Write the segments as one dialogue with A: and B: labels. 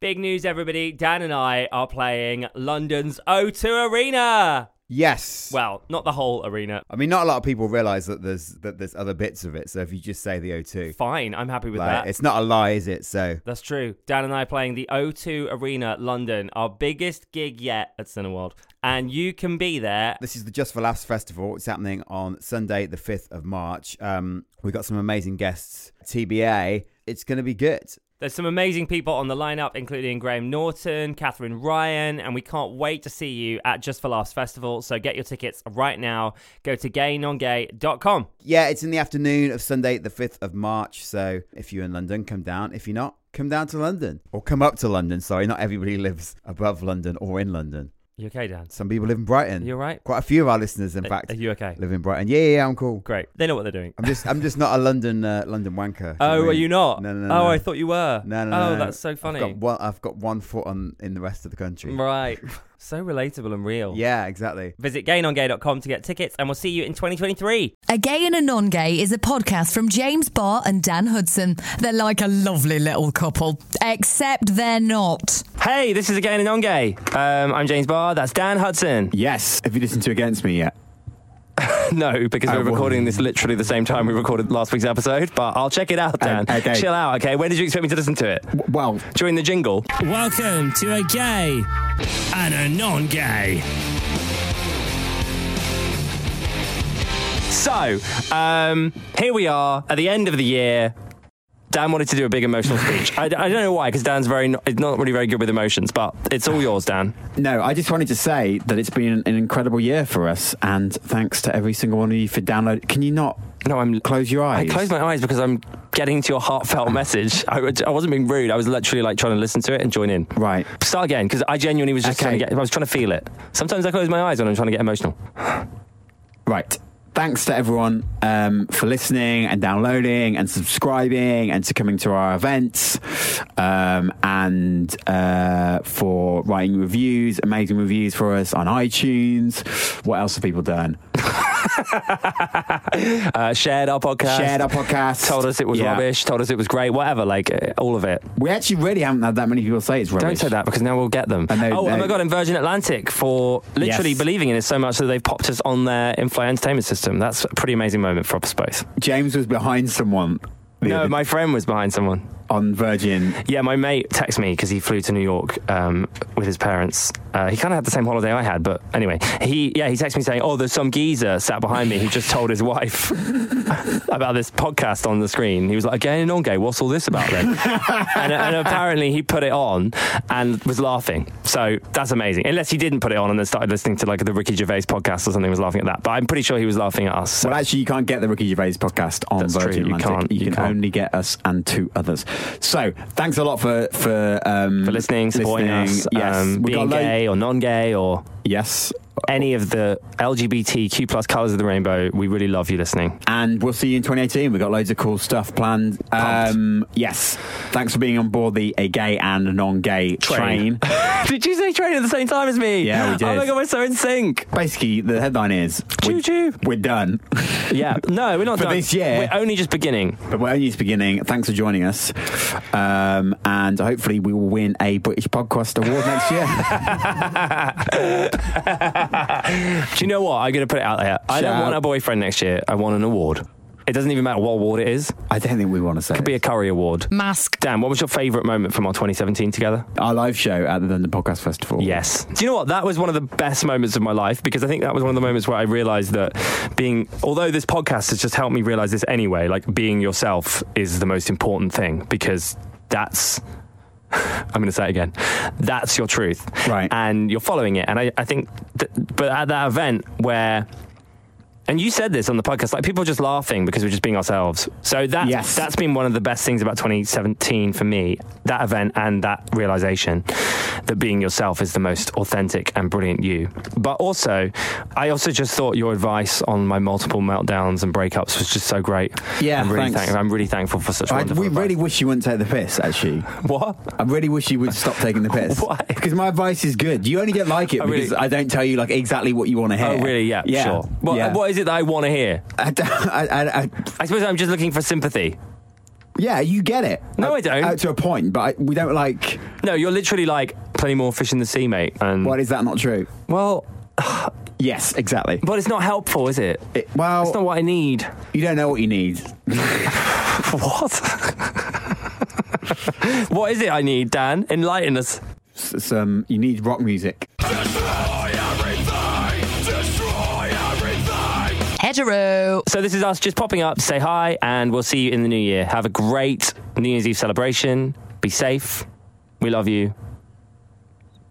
A: Big news, everybody. Dan and I are playing London's O2 Arena.
B: Yes.
A: Well, not the whole arena.
B: I mean, not a lot of people realise that there's that there's other bits of it. So if you just say the O2,
A: Fine, I'm happy with
B: like,
A: that.
B: it's not a lie, is it? So
A: That's true. Dan and I are playing the O2 Arena, London, our biggest gig yet at Cineworld. And you can be there.
B: this is the Just for Laughs Festival. It's happening on Sunday, the fifth of March. Um, we got some amazing guests. TBA. It's going to be good.
A: There's some amazing people on the lineup, including Graham Norton, Catherine Ryan, and we can't wait to see you at Just for Laughs Festival. So get your tickets right now. Go to gaynongay.com.
B: Yeah, it's in the afternoon of Sunday, the 5th of March. So if you're in London, come down. If you're not, come down to London. Or come up to London. Sorry, not everybody lives above London or in London.
A: You okay, Dan?
B: Some people live in Brighton.
A: You all right?
B: Quite a few of our listeners, in
A: Are-
B: fact,
A: Are you okay?
B: live in Brighton. Yeah, yeah, yeah, I'm cool.
A: Great. They know what they're doing.
B: I'm just, I'm just not a London, uh, London wanker. Do
A: Oh,
B: what I
A: are
B: mean?
A: you not?
B: No, no,
A: oh,
B: no.
A: I thought you were.
B: No, no,
A: Oh,
B: no. no.
A: that's so funny.
B: I've got one, I've got one foot on in the rest of the country.
A: Right. so relatable and real.
B: Yeah, exactly.
A: Visit gaynongay.com to get tickets, and we'll see you in 2023.
C: A Gay and a Non Gay is a podcast from James Barr and Dan Hudson. They're like a lovely little couple, except they're not.
A: Hey, this is a Gay and a Non Gay. Um, I'm James Barr. That's Dan Hudson.
D: Yes. Have you listened to Against Me yet?
A: No, because
D: Oh,
A: we're
D: well.
A: recording this literally the same time we recorded last week's episode, but I'll check it out, Dan.
D: Um, okay.
A: Chill out, okay? When did you expect me to listen to it?
D: W- Well,
A: During the jingle.
E: Welcome to a gay and a non gay.
A: So, um, here we are at the end of the year. Dan wanted to do a big emotional speech. I, I don't know why, because Dan's very not, not really very good with emotions, but it's all yours, Dan.
D: no, I just wanted to say that it's been an incredible year for us, and thanks to every single one of you for download. Can you not
A: No, I'm
D: close your eyes?
A: I closed my eyes because I'm getting to your heartfelt message. I, would- I wasn't being rude. I was literally like trying to listen to it and join in.
D: Right.
A: Start again because I genuinely was just trying to
D: Okay.
A: get. I was trying to feel it. Sometimes I close my eyes when I'm trying to get emotional.
D: Right. Thanks to everyone um, for listening and downloading and subscribing and to coming to our events um, and uh, for writing reviews, amazing reviews for us on iTunes. What else have people done?
A: Uh, shared our podcast.
D: Shared our podcast.
A: Told us it was
D: Yeah.
A: rubbish. Told us it was great. Whatever. Like uh, all of it.
D: We actually really haven't had that many people say it's
A: Don't
D: rubbish.
A: say that because now we'll get them.
D: I know,
A: oh,
D: no.
A: oh my God! And Virgin Atlantic for literally
D: Yes.
A: believing in it so much that they've popped us on their Infly Entertainment system. That's a pretty amazing moment for us both.
D: James was behind someone. the
A: No,
D: other-
A: my friend was behind someone.
D: on Virgin.
A: Yeah, my mate texted me because he flew to New York um, with his parents. Uh, he kind of had the same holiday I had, but anyway, he yeah he texted me saying, "Oh, there's some geezer sat behind me who just told his wife about this podcast on the screen." He was like, "Gay and non-gay, what's all this about then?" and, and apparently he put it on and was laughing. So that's amazing. Unless he didn't put it on and then started listening to like the Ricky Gervais podcast or something, was laughing at that. But I'm pretty sure he was laughing at us. so-
D: Well, actually, you can't get the Ricky Gervais podcast on
A: That's
D: Virgin
A: true, you
D: Atlantic.
A: can't,
D: You,
A: you
D: can
A: can't.
D: only get us and two others. So, thanks a lot for for um,
A: for listening, supporting us,
D: Yes,
A: um,
D: we
A: being
D: got lo-
A: gay or non-gay or
D: Yes,
A: any of the LGBTQ plus colors of the rainbow, we really love you listening.
D: and we'll see you in 2018. We've got loads of cool stuff planned. Um, yes, thanks for being on board the a gay and a non-gay
A: Train.
D: train.
A: Did you say train at the same time as me?
D: Yeah, we did.
A: Oh my god, we're so in sync.
D: Basically, the headline is
A: Choo
D: we're-
A: choo.
D: We're done.
A: Yeah. No, we're not
D: For
A: done.
D: this year.
A: We're only just beginning.
D: But we're only just beginning. Thanks for joining us. Um, and hopefully we will win a British Podcast Award next year.
A: Do you know what? I'm gonna put it out there. I don't
D: Shout.
A: want a boyfriend next year. I want an award. It doesn't even matter what award it is.
D: I don't think we want to say
A: Could be a
D: it.
A: curry award.
D: Mm.
C: Mask.
A: Dan, what was your favourite moment from our 2017 together?
D: our live show at the London Podcast Festival.
A: Yes. Do you know what? That was one of the best moments of my life because I think that was one of the moments where I realized that being, although this podcast has just helped me realize this anyway, like being yourself is the most important thing because that's. I'm going to say it again. That's your truth.
D: Right.
A: And you're following it. And I, I think, th- but at that event where, and you said this on the podcast, like people are just laughing because we're just being ourselves. So that's,
D: Yes.
A: that's been one of the best things about 2017 for me that event and that realization that being yourself is the most authentic and brilliant you. But also, I also just thought your advice on my multiple meltdowns and breakups was just so great.
D: Yeah,
A: I'm really,
D: thanks.
A: thank- I'm really thankful for such
D: I,
A: wonderful
D: we really
A: advice.
D: wish you wouldn't take the piss, actually.
A: What?
D: I really wish you would stop taking the piss.
A: Why?
D: Because my advice is good. You only don't like it
A: I really-
D: because I don't tell you like exactly what you want to hear.
A: Oh, really? Yeah,
D: yeah.
A: sure. Well,
D: yeah.
A: What is it that I want to hear?
D: I don't- I- I- I-
A: I suppose I'm just looking for sympathy.
D: Yeah, you get it.
A: No,
D: Up-
A: I don't.
D: Out to a point, but I, we don't like.
A: No, you're literally like plenty more fish in the sea, mate. And
D: Well, is that not true?
A: well,
D: Yes, exactly.
A: but it's not helpful, is it?
D: It- well,
A: That's not what I need.
D: you don't know what you need.
A: What? what is it I need, Dan? Enlighten us.
D: S- Some um, you need rock music.
C: Hetero.
A: So this is us just popping up, say hi, and we'll see you in the new year. Have a great New Year's Eve celebration. Be safe. We love you.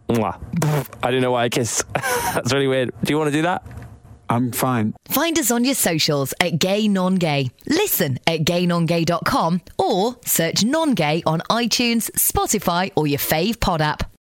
A: Mwah. I don't know why I kissed. That's really weird. Do you want to do that?
D: I'm fine.
C: Find us on your socials at Gay Non Gay. Listen at gaynongay.com or search Non Gay on iTunes, Spotify, or your fave pod app.